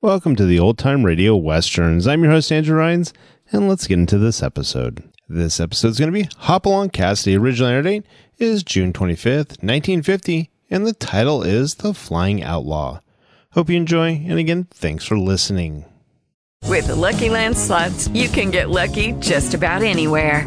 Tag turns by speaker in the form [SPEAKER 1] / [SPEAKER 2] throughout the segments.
[SPEAKER 1] Welcome to the Old Time Radio Westerns. I'm your host, Andrew Rhines, and let's get into this episode. This episode is going to be Hop Along Cast. The original air date is June 25th, 1950, and the title is The Flying Outlaw. Hope you enjoy, and again, thanks for listening.
[SPEAKER 2] With the Lucky Land slots, you can get lucky just about anywhere.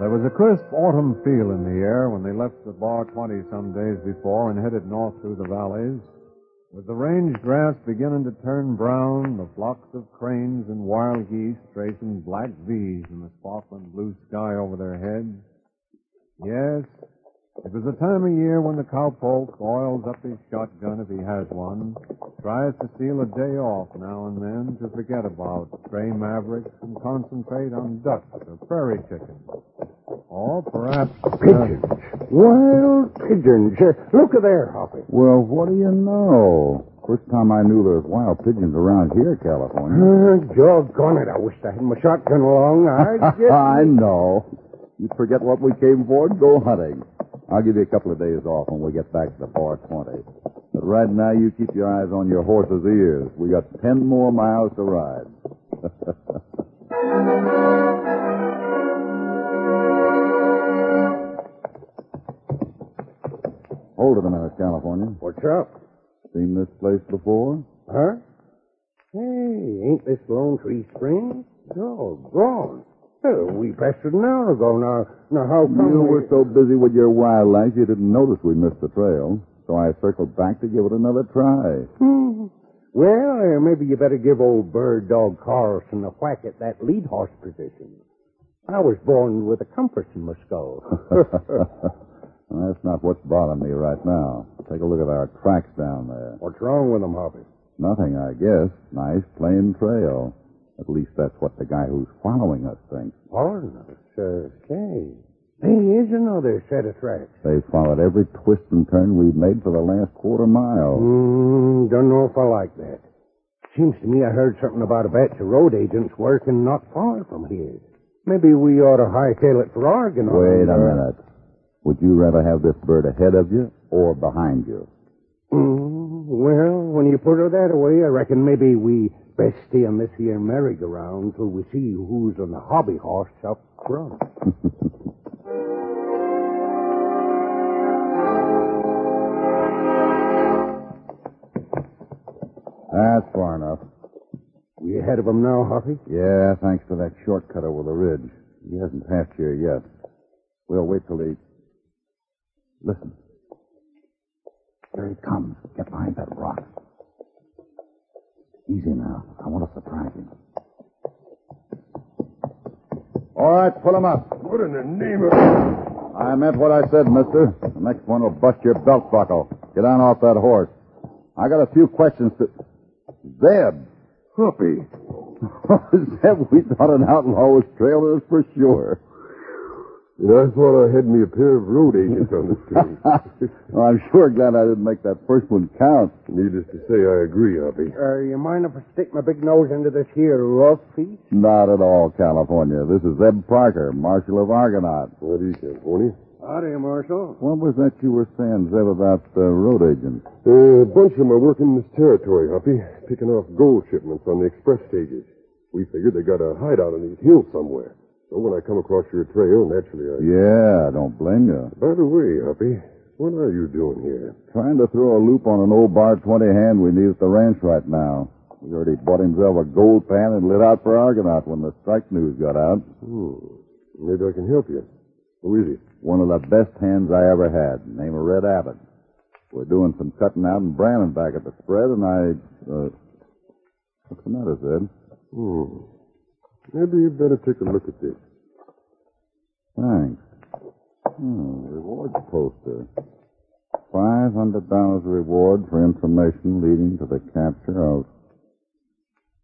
[SPEAKER 3] There was a crisp autumn feel in the air when they left the bar 20 some days before and headed north through the valleys. With the range grass beginning to turn brown, the flocks of cranes and wild geese tracing black V's in the sparkling blue sky over their heads. Yes, it was the time of year when the cowpoke oils up his shotgun if he has one, tries to steal a day off now and then to forget about stray mavericks and concentrate on ducks or prairie chickens. Or perhaps... uh,
[SPEAKER 4] Pigeons. Wild pigeons. Uh, Look at there, Hoppy.
[SPEAKER 5] Well, what do you know? First time I knew there was wild pigeons around here, California.
[SPEAKER 4] Uh, doggone it. I wish I had my shotgun along. I'd get...
[SPEAKER 5] I know. You forget what we came for and go hunting. I'll give you a couple of days off when we get back to the 420. But right now, you keep your eyes on your horse's ears. We got ten more miles to ride. Hold it a minute, California.
[SPEAKER 4] What's up?
[SPEAKER 5] Seen this place before?
[SPEAKER 4] Huh? Hey, ain't this Lone Tree Springs? Doggone. Oh, we passed it an hour ago. Now, now how come
[SPEAKER 5] You
[SPEAKER 4] we-
[SPEAKER 5] were so busy with your wildlife you didn't notice we missed the trail. So I circled back to give it another try.
[SPEAKER 4] Hmm. Well, uh, maybe you better give old bird dog Carlson a whack at that lead horse position. I was born with a compass in my skull.
[SPEAKER 5] Well, that's not what's bothering me right now. Take a look at our tracks down there.
[SPEAKER 4] What's wrong with them, Hoppy?
[SPEAKER 5] Nothing, I guess. Nice plain trail. At least that's what the guy who's following us thinks.
[SPEAKER 4] Foreigners. Okay. Here's another set of tracks.
[SPEAKER 5] They followed every twist and turn we've made for the last quarter mile.
[SPEAKER 4] Mm, don't know if I like that. Seems to me I heard something about a batch of road agents working not far from here. Maybe we ought to hightail it for Oregon. or-
[SPEAKER 5] Wait a minute. Would you rather have this bird ahead of you or behind you?
[SPEAKER 4] Mm, well, when you put her that way, I reckon maybe we best stay on this here merry-go-round till we see who's on the hobby horse up front.
[SPEAKER 6] That's far enough.
[SPEAKER 3] We ahead of him now, Hoppy?
[SPEAKER 6] Yeah, thanks for that shortcut over the ridge. He hasn't passed here yet. We'll wait till he. Listen. Here he comes. Get behind that rock. Easy now. I want to surprise him. All right, pull him up.
[SPEAKER 3] What in the name of...
[SPEAKER 6] I meant what I said, mister. The next one will bust your belt buckle. Get on off that horse. I got a few questions to. Zeb. Hoopy. Zeb, we thought an outlaw was trailing us for sure.
[SPEAKER 5] And I thought I had me a pair of road agents on the street.
[SPEAKER 6] Well, I'm sure glad I didn't make that first one count.
[SPEAKER 5] Needless to say, I agree, Hoppy.
[SPEAKER 3] Uh, you mind if I stick my big nose into this here rough piece?
[SPEAKER 6] Not at all, California. This is Zeb Parker, Marshal of Argonaut.
[SPEAKER 5] What do you, California?
[SPEAKER 3] Howdy, Marshal.
[SPEAKER 6] What was that you were saying, Zeb, about uh, road agents?
[SPEAKER 5] Uh, a bunch of them are working this territory, Hoppy, picking off gold shipments on the express stages. We figured they got a hideout in these hills somewhere. So when I come across your trail, naturally I...
[SPEAKER 6] Yeah, I don't blame you.
[SPEAKER 5] By the way, Hoppy, what are you doing here?
[SPEAKER 6] Trying to throw a loop on an old bar 20 hand we need at the ranch right now. He already bought himself a gold pan and lit out for Argonaut when the strike news got out.
[SPEAKER 5] Hmm. Maybe I can help you. Who is he?
[SPEAKER 6] One of the best hands I ever had. Name of Red Abbott. We're doing some cutting out and branding back at the spread, and I, uh, what's the matter, Zed?
[SPEAKER 5] Hmm. Maybe you better take a look at this.
[SPEAKER 6] Thanks. Hmm, reward poster. Five hundred dollars reward for information leading to the capture of.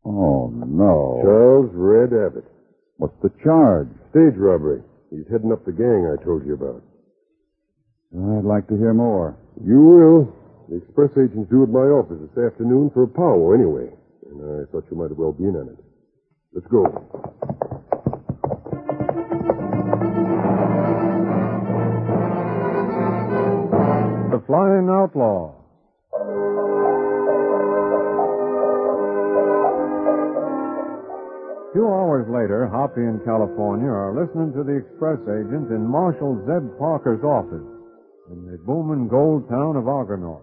[SPEAKER 6] Oh no!
[SPEAKER 5] Charles Red Abbott.
[SPEAKER 6] What's the charge?
[SPEAKER 5] Stage robbery. He's heading up the gang I told you about.
[SPEAKER 6] I'd like to hear more.
[SPEAKER 5] You will. The express agent's due at my office this afternoon for a powwow anyway. And I thought you might as well be in on it. Let's go.
[SPEAKER 7] The Flying Outlaw. Two hours later, Hoppy and California are listening to the express agent in Marshal Zeb Parker's office in the booming gold town of Argonaut.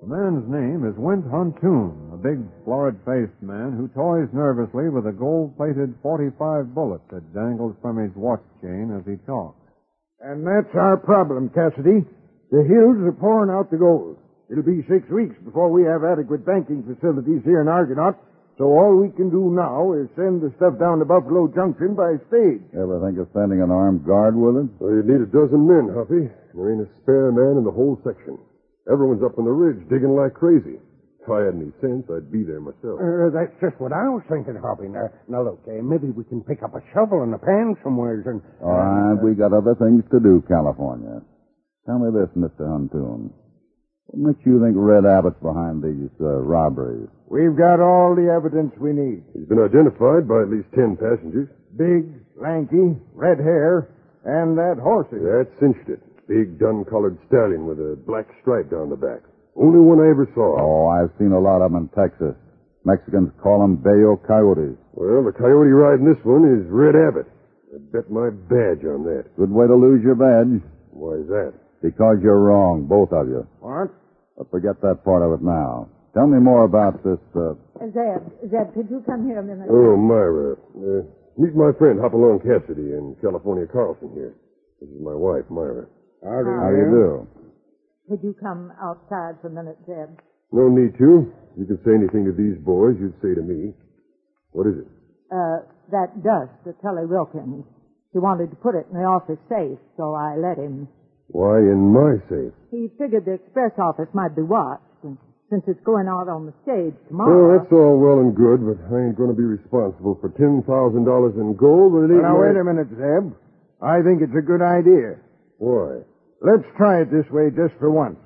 [SPEAKER 7] The man's name is Wint Huntoon, a big, florid-faced man who toys nervously with a gold-plated 45 bullet that dangles from his watch chain as he talks.
[SPEAKER 3] And that's our problem, Cassidy. The hills are pouring out the gold. It'll be six weeks before we have adequate banking facilities here in Argonaut, so all we can do now is send the stuff down to Buffalo Junction by stage.
[SPEAKER 6] Ever think of sending an armed guard with him?
[SPEAKER 5] Well, you'd need a dozen men, Huffy. There ain't a spare man in the whole section. Everyone's up on the ridge digging like crazy. If I had any sense, I'd be there myself.
[SPEAKER 3] Uh, that's just what I was thinking, Hoppy. Now, now look, uh, maybe we can pick up a shovel and a pan somewheres and...
[SPEAKER 6] All right, we got other things to do, California. Tell me this, Mr. Huntoon. What makes you think Red Abbott's behind these uh, robberies?
[SPEAKER 3] We've got all the evidence we need.
[SPEAKER 5] He's been identified by at least ten passengers.
[SPEAKER 3] Big, lanky, red hair, and that horse. of his.
[SPEAKER 5] That cinched it. Big, dun-colored stallion with a black stripe down the back. Only one I ever saw.
[SPEAKER 6] Oh, I've seen a lot of them in Texas. Mexicans call them Bayo coyotes.
[SPEAKER 5] Well, the coyote riding this one is Red Abbott. I bet my badge on that.
[SPEAKER 6] Good way to lose your badge.
[SPEAKER 5] Why is that?
[SPEAKER 6] Because you're wrong, both of you.
[SPEAKER 3] What?
[SPEAKER 6] But forget that part of it now. Tell me more about this, uh,
[SPEAKER 2] Zeb, Zeb, could you come here a minute?
[SPEAKER 5] Oh, Myra. Uh, meet my friend Hopalong Cassidy and California Carlson here. This is my wife, Myra.
[SPEAKER 3] Howdy,
[SPEAKER 6] how do you do?
[SPEAKER 2] Could you come outside for a minute, Zeb?
[SPEAKER 5] No need to. You can say anything to these boys you'd say to me. What is it?
[SPEAKER 2] Uh, that dust, the Tully Wilkins. He wanted to put it in the office safe, so I let him.
[SPEAKER 5] Why in my safe?
[SPEAKER 2] He figured the express office might be watched, and since it's going out on the stage
[SPEAKER 5] Well,
[SPEAKER 2] tomorrow.
[SPEAKER 5] that's all well and good, but I ain't going to be responsible for ten thousand dollars in gold. And it ain't
[SPEAKER 3] Now,
[SPEAKER 5] my-
[SPEAKER 3] wait a minute, Zeb. I think it's a good idea.
[SPEAKER 5] Why?
[SPEAKER 3] Let's try it this way just for once.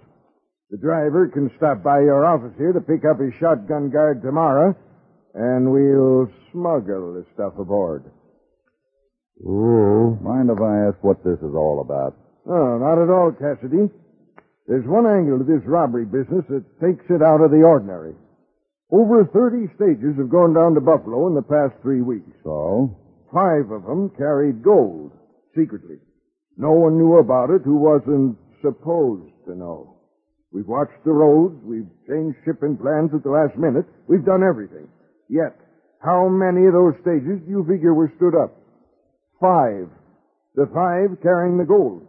[SPEAKER 3] The driver can stop by your office here to pick up his shotgun guard tomorrow, and we'll smuggle the stuff aboard.
[SPEAKER 5] Oh,
[SPEAKER 6] Mind if I ask what this is all about?
[SPEAKER 3] No, Oh, not at all, Cassidy. There's one angle to this robbery business that takes it out of the ordinary. Over 30 stages have gone down to Buffalo in the past three weeks.
[SPEAKER 6] So?
[SPEAKER 3] Five of them carried gold, secretly. No one knew about it who wasn't supposed to know. We've watched the roads. We've changed shipping plans at the last minute. We've done everything. Yet, how many of those stages do you figure were stood up? Five. The five carrying the gold.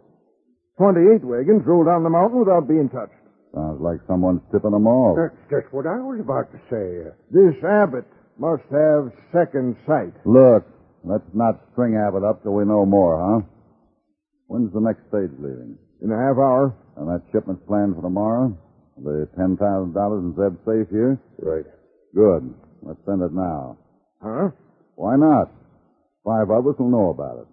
[SPEAKER 3] Twenty-eight wagons rolled down the mountain without being touched.
[SPEAKER 5] Sounds like someone's tipping them off.
[SPEAKER 3] That's just what I was about to say. This Abbott must have second sight.
[SPEAKER 5] Look, let's not string Abbott up till we know more, huh? When's the next stage leaving?
[SPEAKER 3] In a half hour.
[SPEAKER 5] And that shipment's planned for tomorrow? The ten thousand dollars and Zeb's safe here?
[SPEAKER 8] Right.
[SPEAKER 5] Good. Let's send it now.
[SPEAKER 3] Huh?
[SPEAKER 5] Why not? Five of us will know about it.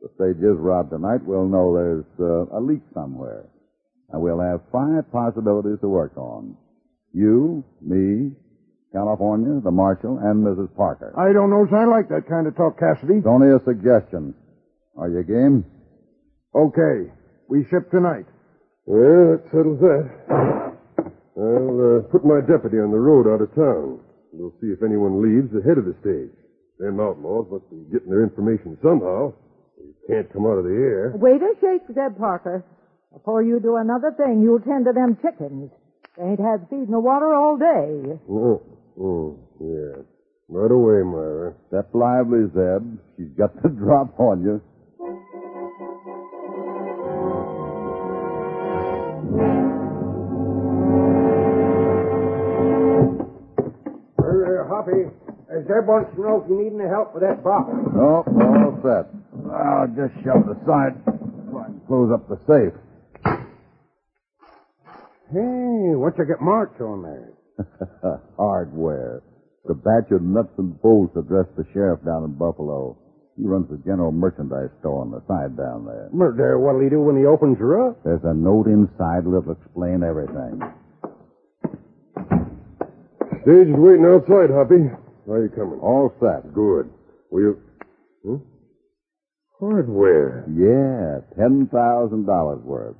[SPEAKER 5] The stage is robbed tonight. We'll know there's uh, a leak somewhere. And we'll have five possibilities to work on. You, me, California, the Marshal, and Mrs. Parker.
[SPEAKER 3] I don't know as I like that kind of talk, Cassidy.
[SPEAKER 5] It's only a suggestion. Are you game?
[SPEAKER 3] Okay. We ship tonight.
[SPEAKER 8] Well, that settles that. I'll uh, put my deputy on the road out of town. We'll see if anyone leaves ahead of the stage. Them outlaws must be getting their information somehow. They can't come out of the air.
[SPEAKER 9] Way to shake, Zeb Parker. Before you do another thing, you'll tend to them chickens. They ain't had feed nor water all day.
[SPEAKER 8] Oh, oh, yeah. Right away, Myra.
[SPEAKER 5] Step lively, Zeb. She's got the drop on you.
[SPEAKER 3] Uh, Hoppy, uh, Zeb wants to know if you need any help with that box.
[SPEAKER 5] Nope, all set. I'll just shove it aside. Try and close up the safe.
[SPEAKER 3] Hey, what's it get marked on there?
[SPEAKER 5] Hardware. The batch of nuts and bolts addressed the sheriff down in Buffalo. He runs the general merchandise store on the side down there.
[SPEAKER 3] But uh, what'll he do when he opens her up?
[SPEAKER 5] There's a note inside that'll explain everything.
[SPEAKER 8] Stage is waiting outside, Hoppy. Are you coming?
[SPEAKER 5] All set.
[SPEAKER 8] Good. Will you? Hmm? Hardware.
[SPEAKER 5] Yeah, ten thousand dollars worth.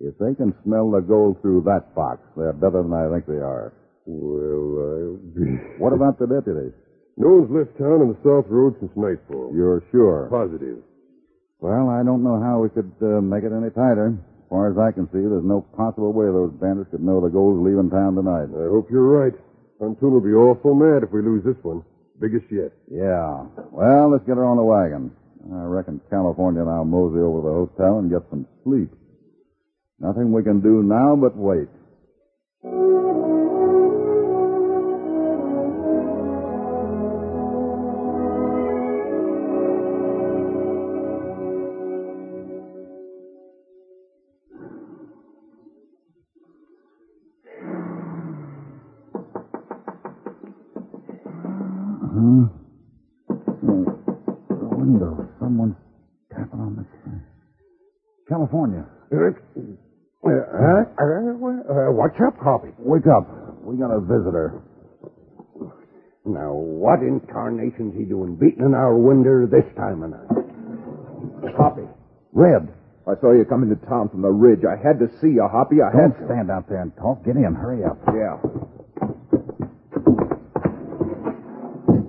[SPEAKER 5] If they can smell the gold through that box, they're better than I think they are.
[SPEAKER 8] Well, I'll be.
[SPEAKER 5] What about the deputy?
[SPEAKER 8] No one's left town on the South Road since nightfall.
[SPEAKER 5] You're sure?
[SPEAKER 8] Positive.
[SPEAKER 5] Well, I don't know how we could uh, make it any tighter. As far as I can see, there's no possible way those bandits could know the gold's leaving town tonight.
[SPEAKER 8] I hope you're right. Pontoon will be awful mad if we lose this one. Biggest yet.
[SPEAKER 5] Yeah. Well, let's get her on the wagon. I reckon California and I'll mosey over to the hotel and get some sleep. Nothing we can do now but wait. Huh? Yeah, Hmm. The window. Someone's tapping on the California.
[SPEAKER 3] Eric? Uh, huh? uh, uh, what's up, Hoppy?
[SPEAKER 5] Wake up. We got a visitor.
[SPEAKER 3] Now, what in tarnation's he doing beating on our window this time of night? Hoppy,
[SPEAKER 5] Red.
[SPEAKER 3] I saw you coming to town from the ridge. I had to see you, Hoppy. I
[SPEAKER 5] Don't
[SPEAKER 3] had to.
[SPEAKER 5] stand out there and talk. Get in. Hurry up.
[SPEAKER 3] Yeah.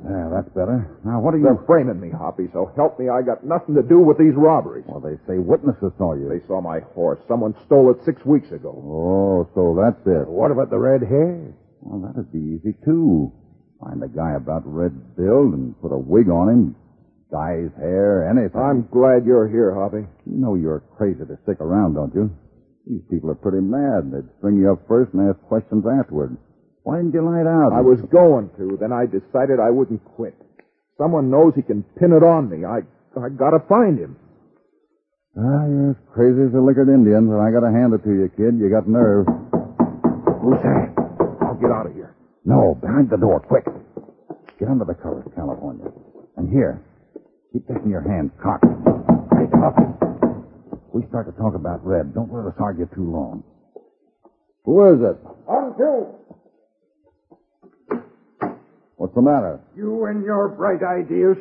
[SPEAKER 5] Yeah, that's better. Now, what are you...
[SPEAKER 3] They're framing me, Hoppy, so help me. I got nothing to do with these robberies.
[SPEAKER 5] Well, they say witnesses saw you.
[SPEAKER 3] They saw my horse. Someone stole it six weeks ago.
[SPEAKER 5] Oh, so that's it.
[SPEAKER 3] What about the red hair?
[SPEAKER 5] Well, that'd be easy, too. Find a guy about red build and put a wig on him, dye his hair, anything.
[SPEAKER 3] I'm glad you're here, Hoppy.
[SPEAKER 5] You know you're crazy to stick around, don't you? These people are pretty mad. They'd string you up first and ask questions afterward. Why didn't you lie down?
[SPEAKER 3] I was going to, then I decided I wouldn't quit. Someone knows he can pin it on me. I, I gotta find him.
[SPEAKER 5] Ah, you're as crazy as a liquored Indian, but I gotta hand it to you, kid. You got nerve.
[SPEAKER 3] Who's that? I'll get out of here.
[SPEAKER 5] No, behind the door, quick. Get under the covers, California. And here, keep this in your hand, cocked. Right up. We start to talk about Red. Don't let us argue too long. Who is it?
[SPEAKER 3] On two.
[SPEAKER 5] What's the matter?
[SPEAKER 3] You and your bright ideas.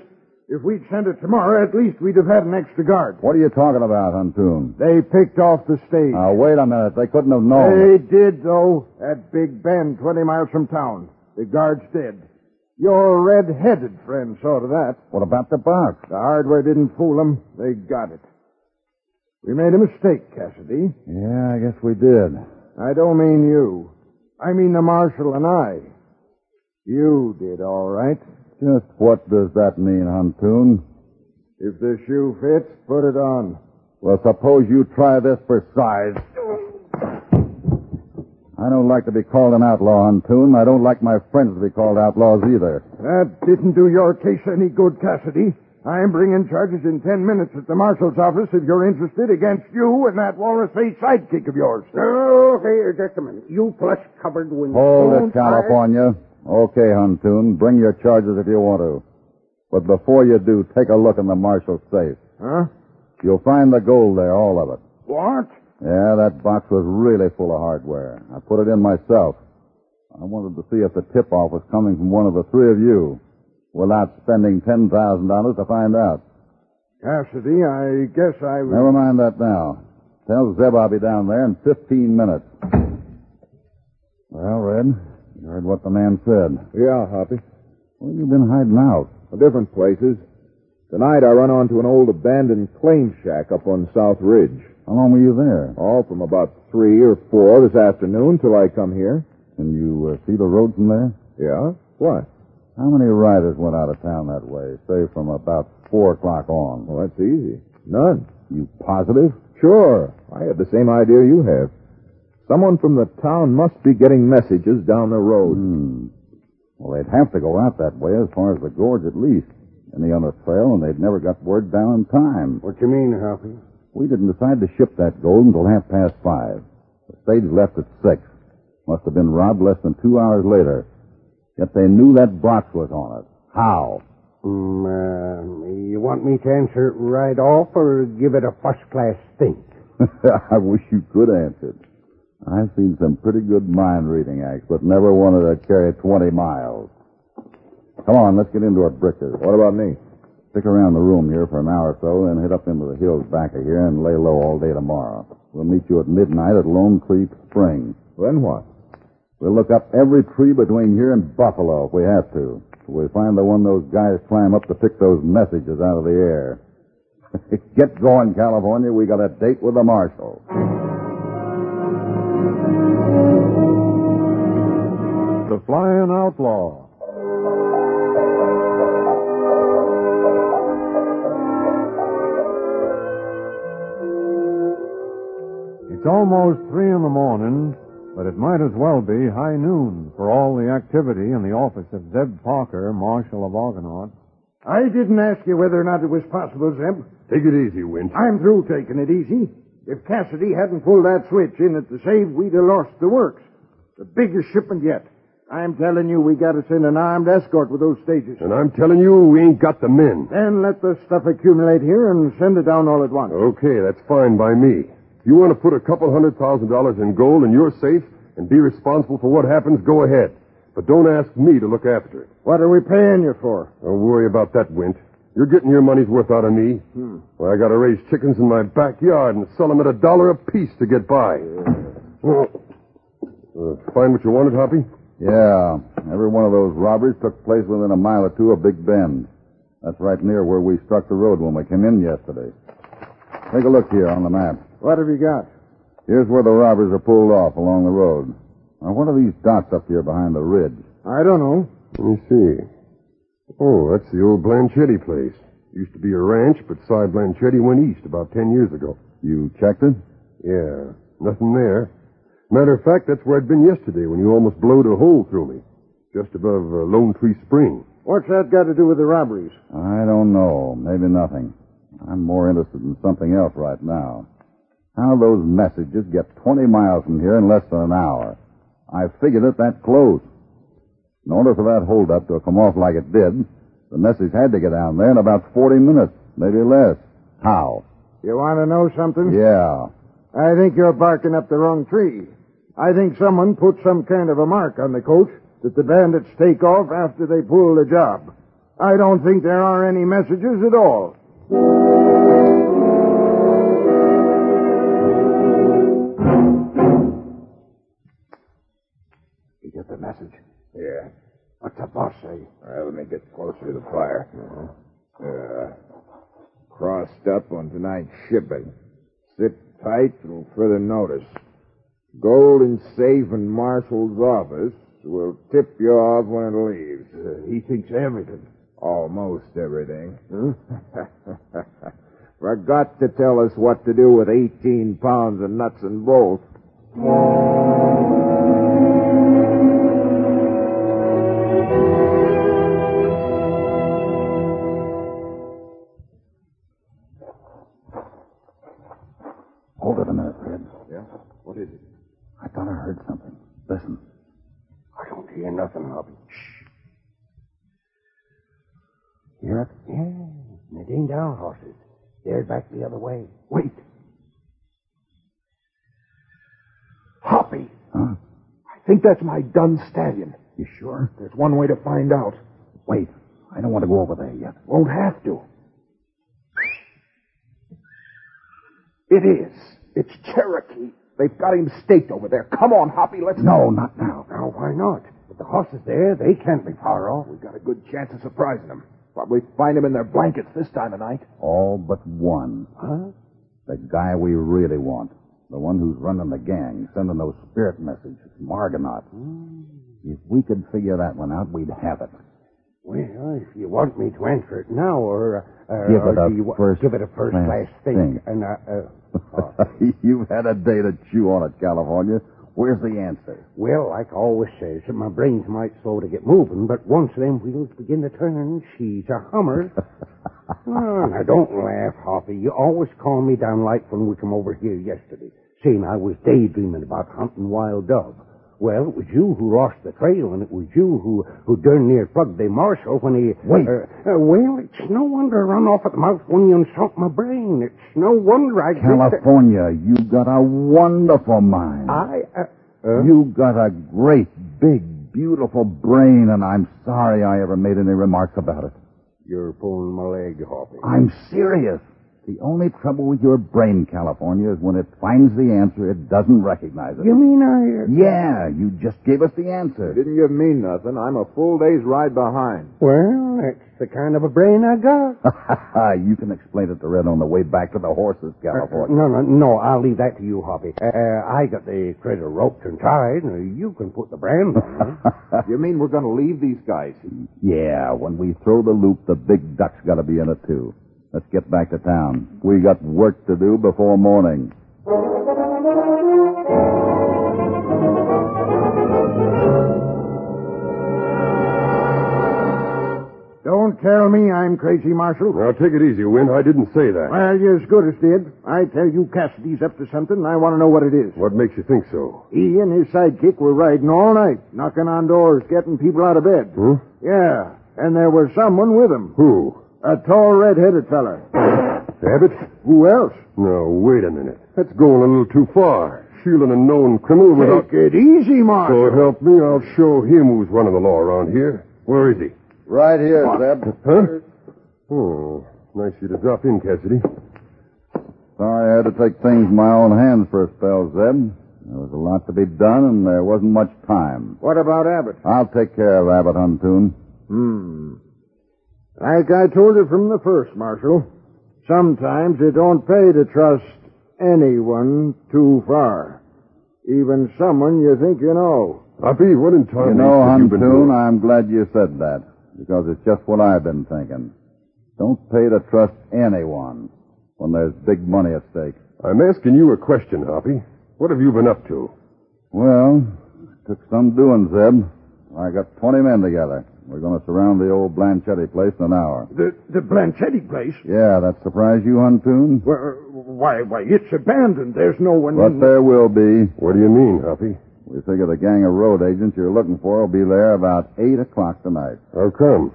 [SPEAKER 3] If we'd sent it tomorrow, at least we'd have had an extra guard.
[SPEAKER 5] What are you talking about, Huntoon?
[SPEAKER 3] They picked off the stage.
[SPEAKER 5] Now, wait a minute. They couldn't have known.
[SPEAKER 3] they did, though, at Big Bend, 20 miles from town. The guards did. Your red-headed friend saw to that.
[SPEAKER 5] What about the box?
[SPEAKER 3] The hardware didn't fool them. They got it. We made a mistake, Cassidy.
[SPEAKER 5] Yeah, I guess we did.
[SPEAKER 4] I don't mean you. I mean the marshal and I. You did all right.
[SPEAKER 3] Just what does that mean, Huntoon?
[SPEAKER 4] If the shoe fits, put it on.
[SPEAKER 3] Well, suppose you try this for size. I don't like to be called an outlaw, Huntoon. I don't like my friends to be called outlaws either.
[SPEAKER 4] That didn't do your case any good, Cassidy. I'm bringing charges in ten minutes at the marshal's office if you're interested against you and that walrus-faced sidekick of yours.
[SPEAKER 10] Okay, just a minute. You plush-covered window.
[SPEAKER 3] Hold it, California. Okay, Huntoon. Bring your charges if you want to. But before you do, take a look in the marshal's safe.
[SPEAKER 4] Huh?
[SPEAKER 3] You'll find the gold there, all of it.
[SPEAKER 10] What?
[SPEAKER 3] Yeah, that box was really full of hardware. I put it in myself. I wanted to see if the tip-off was coming from one of the three of you without spending $10,000 to find out.
[SPEAKER 4] Cassidy, I guess I was...
[SPEAKER 3] Never mind that now. Tell Zeb I'll be down there in 15 minutes. Well, Red, you heard what the man said.
[SPEAKER 11] Yeah, Hoppy.
[SPEAKER 3] Where you been hiding out?
[SPEAKER 11] Different places. Tonight I run onto an old abandoned claim shack up on South Ridge.
[SPEAKER 3] How long were you there?
[SPEAKER 11] Oh, from about three or four this afternoon till I come here.
[SPEAKER 3] Can you uh, see the road from there?
[SPEAKER 11] Yeah? What?
[SPEAKER 3] How many riders went out of town that way, say from about four o'clock on?
[SPEAKER 11] Well, that's easy. None.
[SPEAKER 3] You positive?
[SPEAKER 11] Sure. I had the same idea you have. Someone from the town must be getting messages down the road.
[SPEAKER 3] Hmm. Well, they'd have to go out that way as far as the gorge at least. Any other trail, and they'd never got word down in time.
[SPEAKER 10] What you mean, Hoppy?
[SPEAKER 3] We didn't decide to ship that gold until half past five. The stage left at six. Must have been robbed less than two hours later. Yet they knew that box was on it. How?
[SPEAKER 10] Mm, Um, uh, you want me to answer it right off or give it a first class think?
[SPEAKER 3] I wish you could answer it. I've seen some pretty good mind reading acts, but never wanted to carry 20 miles. Come on, let's get into it, Bricker.
[SPEAKER 11] What about me?
[SPEAKER 3] Stick around the room here for an hour or so, then head up into the hills back of here and lay low all day tomorrow. We'll meet you at midnight at Lone Creek Spring.
[SPEAKER 11] Then what?
[SPEAKER 3] We'll look up every tree between here and Buffalo if we have to. If we find the one those guys climb up to pick those messages out of the air. Get going, California. We got a date with the marshal.
[SPEAKER 12] The Flying Outlaw. It's almost three in the morning, but it might as well be high noon for all the activity in the office of Zeb Parker, Marshal of Argonaut.
[SPEAKER 4] I didn't ask you whether or not it was possible, Zeb.
[SPEAKER 5] Take it easy, Winch.
[SPEAKER 4] I'm through taking it easy. If Cassidy hadn't pulled that switch in at the save, we'd have lost the works. The biggest shipment yet. I'm telling you, we gotta send an armed escort with those stages.
[SPEAKER 5] And I'm telling you, we ain't got the men.
[SPEAKER 4] Then let the stuff accumulate here and send it down all at once.
[SPEAKER 5] Okay, that's fine by me. You want to put a couple hundred thousand dollars in gold in your safe and be responsible for what happens, go ahead. But don't ask me to look after it.
[SPEAKER 4] What are we paying you for?
[SPEAKER 5] Don't worry about that, Wint. You're getting your money's worth out of me.
[SPEAKER 4] Hmm.
[SPEAKER 5] Well, I got to raise chickens in my backyard and sell them at a dollar apiece to get by. Well, Uh, find what you wanted, Hoppy?
[SPEAKER 3] Yeah. Every one of those robberies took place within a mile or two of Big Bend. That's right near where we struck the road when we came in yesterday. Take a look here on the map.
[SPEAKER 4] What have you got?
[SPEAKER 3] Here's where the robbers are pulled off along the road. Now, what are these dots up here behind the ridge?
[SPEAKER 4] I don't know.
[SPEAKER 5] Let me see. Oh, that's the old Blanchetti place. Used to be a ranch, but Cy Blanchetti went east about ten years ago.
[SPEAKER 3] You checked it?
[SPEAKER 5] Yeah, nothing there. Matter of fact, that's where I'd been yesterday when you almost blowed a hole through me, just above uh, Lone Tree Spring.
[SPEAKER 4] What's that got to do with the robberies?
[SPEAKER 3] I don't know. Maybe nothing. I'm more interested in something else right now. How those messages get 20 miles from here in less than an hour. I figured it that close. In order for that holdup to come off like it did, the message had to get down there in about 40 minutes, maybe less. How?
[SPEAKER 4] You want to know something?
[SPEAKER 3] Yeah.
[SPEAKER 4] I think you're barking up the wrong tree. I think someone put some kind of a mark on the coach that the bandits take off after they pull the job. I don't think there are any messages at all.
[SPEAKER 10] You get the message?
[SPEAKER 11] Yeah.
[SPEAKER 10] What's the boss say?
[SPEAKER 11] All right, let me get closer to the fire. Uh, crossed up on tonight's shipping. Sit tight till further notice.
[SPEAKER 13] Golden safe in Marshall's office will tip you off when it leaves. Uh, he thinks everything. Hmm? Almost everything. Forgot to tell us what to do with 18 pounds of nuts and bolts.
[SPEAKER 14] Hold it a minute, Fred.
[SPEAKER 13] Yeah? What is it?
[SPEAKER 14] I thought I heard something. Listen. I don't hear nothing, Hobby. Shh. Hear it?
[SPEAKER 5] Yeah, and it ain't our horses. They're back the other way. Wait.
[SPEAKER 14] Hoppy! Huh? I think that's my dun stallion. You sure? There's one way to find out. Wait. I don't want to go over there yet. Won't have to. It is. It's Cherokee. They've got him staked over there. Come on, Hoppy, let's No, not now. Now, why not? If the horse is there, they can't be far off. We've got a good chance of surprising them. Probably find them in their blankets this time of night.
[SPEAKER 3] All but one.
[SPEAKER 14] Huh?
[SPEAKER 3] The guy we really want. The one who's running the gang, sending those spirit messages, Margonaut.
[SPEAKER 14] Hmm.
[SPEAKER 3] If we could figure that one out, we'd have it.
[SPEAKER 5] Well, if you want me to answer it now, or, uh, uh,
[SPEAKER 3] Give
[SPEAKER 5] or
[SPEAKER 3] it a
[SPEAKER 5] do you wa-
[SPEAKER 3] first
[SPEAKER 5] give it a first
[SPEAKER 3] class
[SPEAKER 5] class think,
[SPEAKER 3] think.
[SPEAKER 5] and uh, uh,
[SPEAKER 3] You've had a day to chew on it, California. Where's the answer?
[SPEAKER 5] Well, like I always says, my brain's might slow to get moving, but once them wheels begin to turn, she's a hummer. oh, now don't laugh, Hoppy. You always calm me down like when we come over here yesterday, saying I was daydreaming about hunting wild dog. Well, it was you who lost the trail, and it was you who who darn near plugged the marshal when he.
[SPEAKER 14] Wait.
[SPEAKER 5] Uh, uh, well, it's no wonder I run off at the mouth when you insult my brain. It's no wonder I.
[SPEAKER 3] California, you got a wonderful mind.
[SPEAKER 5] I. Uh,
[SPEAKER 3] You got a great, big, beautiful brain, and I'm sorry I ever made any remarks about it.
[SPEAKER 5] You're pulling my leg, Hoppy.
[SPEAKER 3] I'm serious. The only trouble with your brain, California, is when it finds the answer, it doesn't recognize it.
[SPEAKER 5] You mean I?
[SPEAKER 3] Yeah, you just gave us the answer.
[SPEAKER 13] Didn't give me nothing. I'm a full day's ride behind.
[SPEAKER 5] Well, that's the kind of a brain I got.
[SPEAKER 3] you can explain it to Red on the way back to the horses,
[SPEAKER 13] Uh,
[SPEAKER 3] California.
[SPEAKER 5] No, no, no. I'll leave that to you, Hoppy. Uh, I got the critter roped and tied, and you can put the brand on it.
[SPEAKER 13] You mean we're going to leave these guys?
[SPEAKER 3] Yeah, when we throw the loop, the big duck's got to be in it, too. Let's get back to town. We got work to do before morning.
[SPEAKER 15] Don't tell me I'm crazy, Marshal.
[SPEAKER 16] Now, take it easy, Win. I didn't say that.
[SPEAKER 15] Well, you're as good as dead. I tell you Cassidy's up to something, and I want to know what it is.
[SPEAKER 16] What makes you think so?
[SPEAKER 15] He and his sidekick were riding all night, knocking on doors, getting people out of bed.
[SPEAKER 16] Hmm?
[SPEAKER 15] Yeah, and there was someone with them.
[SPEAKER 16] Who?
[SPEAKER 15] A tall, red-headed feller.
[SPEAKER 16] Abbott?
[SPEAKER 15] Who else?
[SPEAKER 16] No, wait a minute. That's going a little too far. Shielding a known criminal without.
[SPEAKER 15] Take it easy,
[SPEAKER 16] So
[SPEAKER 15] Marshal.
[SPEAKER 16] help me, I'll show him who's running the law around here. Where is he?
[SPEAKER 3] Right here, Zeb.
[SPEAKER 16] Huh? Oh, nice you to drop in, Cassidy.
[SPEAKER 3] Sorry I had to take things in my own hands for a spell, Zeb. There was a lot to be done, and there wasn't much time.
[SPEAKER 15] What about Abbott?
[SPEAKER 3] I'll take care of Abbott Huntoon.
[SPEAKER 15] Hmm. Like I told you from the first, Marshal, sometimes it don't pay to trust anyone too far. Even someone you think you know.
[SPEAKER 16] Hoppy, what in time
[SPEAKER 3] You know,
[SPEAKER 16] have you been
[SPEAKER 3] Huntoon,
[SPEAKER 16] doing?
[SPEAKER 3] I'm glad you said that, because it's just what I've been thinking. Don't pay to trust anyone when there's big money at stake.
[SPEAKER 16] I'm asking you a question, Hoppy. What have you been up to?
[SPEAKER 3] Well, it took some doing, Zeb. I got 20 men together. We're going to surround the old Blanchetti place in an hour.
[SPEAKER 15] The the Blanchetti place?
[SPEAKER 3] Yeah, that surprise you, Huntoon?
[SPEAKER 15] Why, why, it's abandoned. There's no one
[SPEAKER 3] But
[SPEAKER 15] in
[SPEAKER 3] there will be.
[SPEAKER 16] What do you mean, Hoppy?
[SPEAKER 3] We figure the gang of road agents you're looking for will be there about 8 o'clock tonight.
[SPEAKER 16] How come?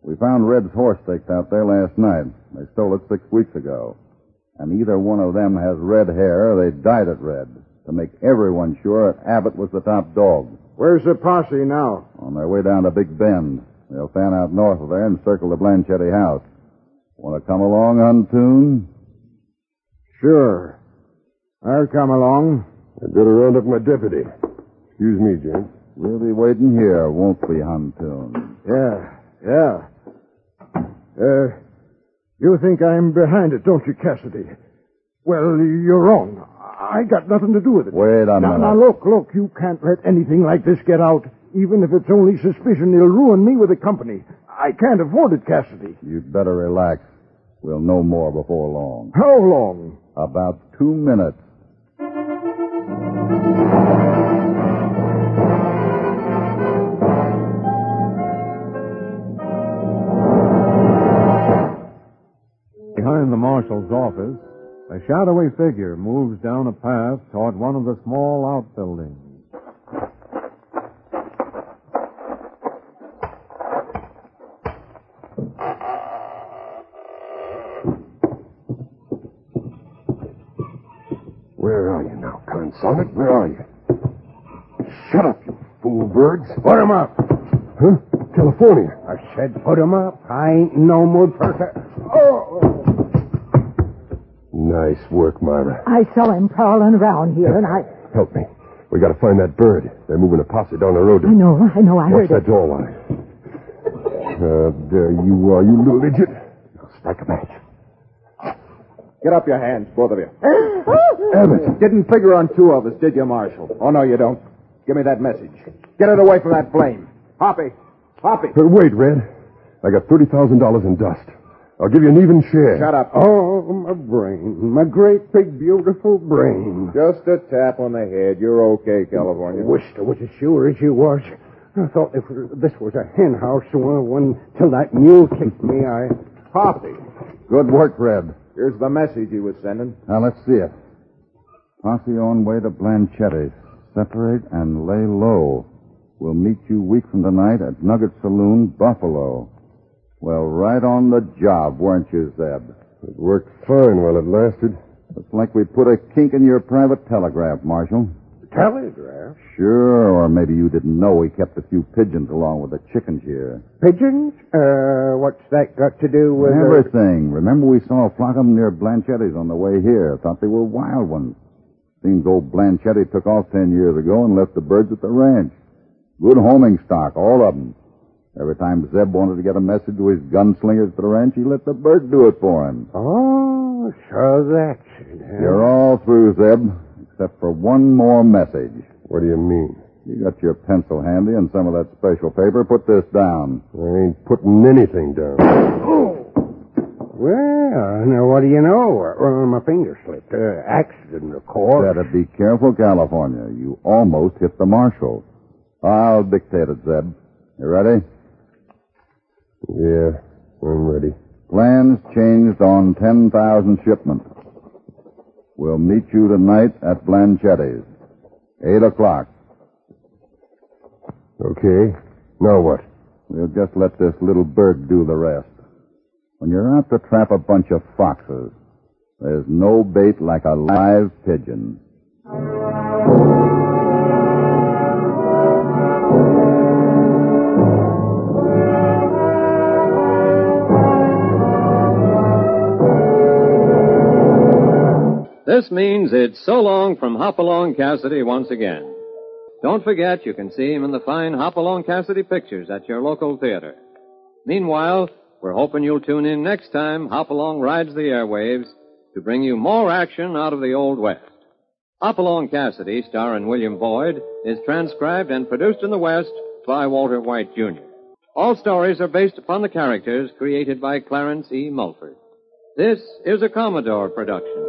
[SPEAKER 3] We found Red's horse staked out there last night. They stole it six weeks ago. And either one of them has red hair or they dyed it red to make everyone sure that Abbott was the top dog.
[SPEAKER 15] Where's the posse now?
[SPEAKER 3] On their way down to Big Bend, they'll fan out north of there and circle the Blanchetti house. Want to come along, Huntoon?
[SPEAKER 15] Sure. I'll come along.
[SPEAKER 16] I'd better round up my deputy. Excuse me, Jim.
[SPEAKER 3] We'll be waiting here, won't we, Huntoon?
[SPEAKER 15] Yeah, yeah. Uh, you think I'm behind it, don't you, Cassidy? Well, you're wrong.
[SPEAKER 4] I got nothing to do with it.
[SPEAKER 3] Wait a
[SPEAKER 4] Now,
[SPEAKER 3] minute.
[SPEAKER 4] now, look, look, you can't let anything like this get out. Even if it's only suspicion, it'll ruin me with the company. I can't afford it, Cassidy.
[SPEAKER 3] You'd better relax. We'll know more before long.
[SPEAKER 4] How long?
[SPEAKER 3] About two minutes.
[SPEAKER 12] Behind the
[SPEAKER 4] marshal's office, a shadowy figure moves down a path toward one of the small outbuildings.
[SPEAKER 5] Where are you now, Consonant? Where are you? Shut up, you fool birds. Put him up. Huh? California.
[SPEAKER 10] I said put 'em up. I ain't no mood for...
[SPEAKER 5] Nice work, Myra.
[SPEAKER 17] I saw him prowling around here, and I.
[SPEAKER 5] Help me. We gotta find that bird. They're moving a posse down the road.
[SPEAKER 17] I know, I know, I heard
[SPEAKER 5] Watch that
[SPEAKER 17] it.
[SPEAKER 5] door, Wally. Uh, there you are, you little idiot. Now strike a match.
[SPEAKER 18] Get up your hands, both of you.
[SPEAKER 19] Abbott.
[SPEAKER 18] Didn't figure on two of us, did you, Marshal? Oh, no, you don't. Give me that message. Get it away from that flame. Hoppy. Hoppy.
[SPEAKER 5] But wait, Red. I got $30,000 in dust. I'll give you an even share.
[SPEAKER 18] Shut up.
[SPEAKER 10] Oh, my brain. My great big beautiful brain.
[SPEAKER 18] Just a tap on the head. You're okay, California.
[SPEAKER 10] Wish I was as sure as you was. I thought if this was a hen house when, when till that mule kicked me, I.
[SPEAKER 18] Hoppy.
[SPEAKER 3] Good work, Red.
[SPEAKER 18] Here's the message he was sending.
[SPEAKER 3] Now let's see it. Posse on way to Blanchetti's. Separate and lay low. We'll meet you week from tonight at Nugget Saloon, Buffalo. Well, right on the job, weren't you, Zeb?
[SPEAKER 5] It worked fine while it lasted.
[SPEAKER 3] It's like we put a kink in your private telegraph, Marshal.
[SPEAKER 10] Telegraph?
[SPEAKER 3] Sure, or maybe you didn't know we kept a few pigeons along with the chickens here.
[SPEAKER 10] Pigeons? Uh, what's that got to do with. uh,
[SPEAKER 3] Everything. Remember we saw a flock of them near Blanchetti's on the way here. Thought they were wild ones. Seems old Blanchetti took off ten years ago and left the birds at the ranch. Good homing stock, all of them. Every time Zeb wanted to get a message to his gunslingers at the ranch, he let the bird do it for him.
[SPEAKER 10] Oh, so that's it. huh?
[SPEAKER 3] You're all through, Zeb, except for one more message.
[SPEAKER 5] What do you mean?
[SPEAKER 3] You got your pencil handy and some of that special paper. Put this down.
[SPEAKER 5] I ain't putting anything down.
[SPEAKER 10] Well, now what do you know? Uh, my finger slipped. Uh, accident, of course.
[SPEAKER 3] Better be careful, California. You almost hit the marshal. I'll dictate it, Zeb. You ready?
[SPEAKER 5] Yeah, I'm ready.
[SPEAKER 3] Plans changed on 10,000 shipments. We'll meet you tonight at Blanchetti's. 8 o'clock.
[SPEAKER 5] Okay. Now what?
[SPEAKER 3] We'll just let this little bird do the rest. When you're out to trap a bunch of foxes, there's no bait like a live pigeon.
[SPEAKER 20] This means it's so long from Hopalong Cassidy once again. Don't forget you can see him in the fine Hopalong Cassidy pictures at your local theater. Meanwhile, we're hoping you'll tune in next time Hopalong rides the airwaves to bring you more action out of the Old West. Hopalong Cassidy, starring William Boyd, is transcribed and produced in the West by Walter White, Jr. All stories are based upon the characters created by Clarence E. Mulford. This is a Commodore production.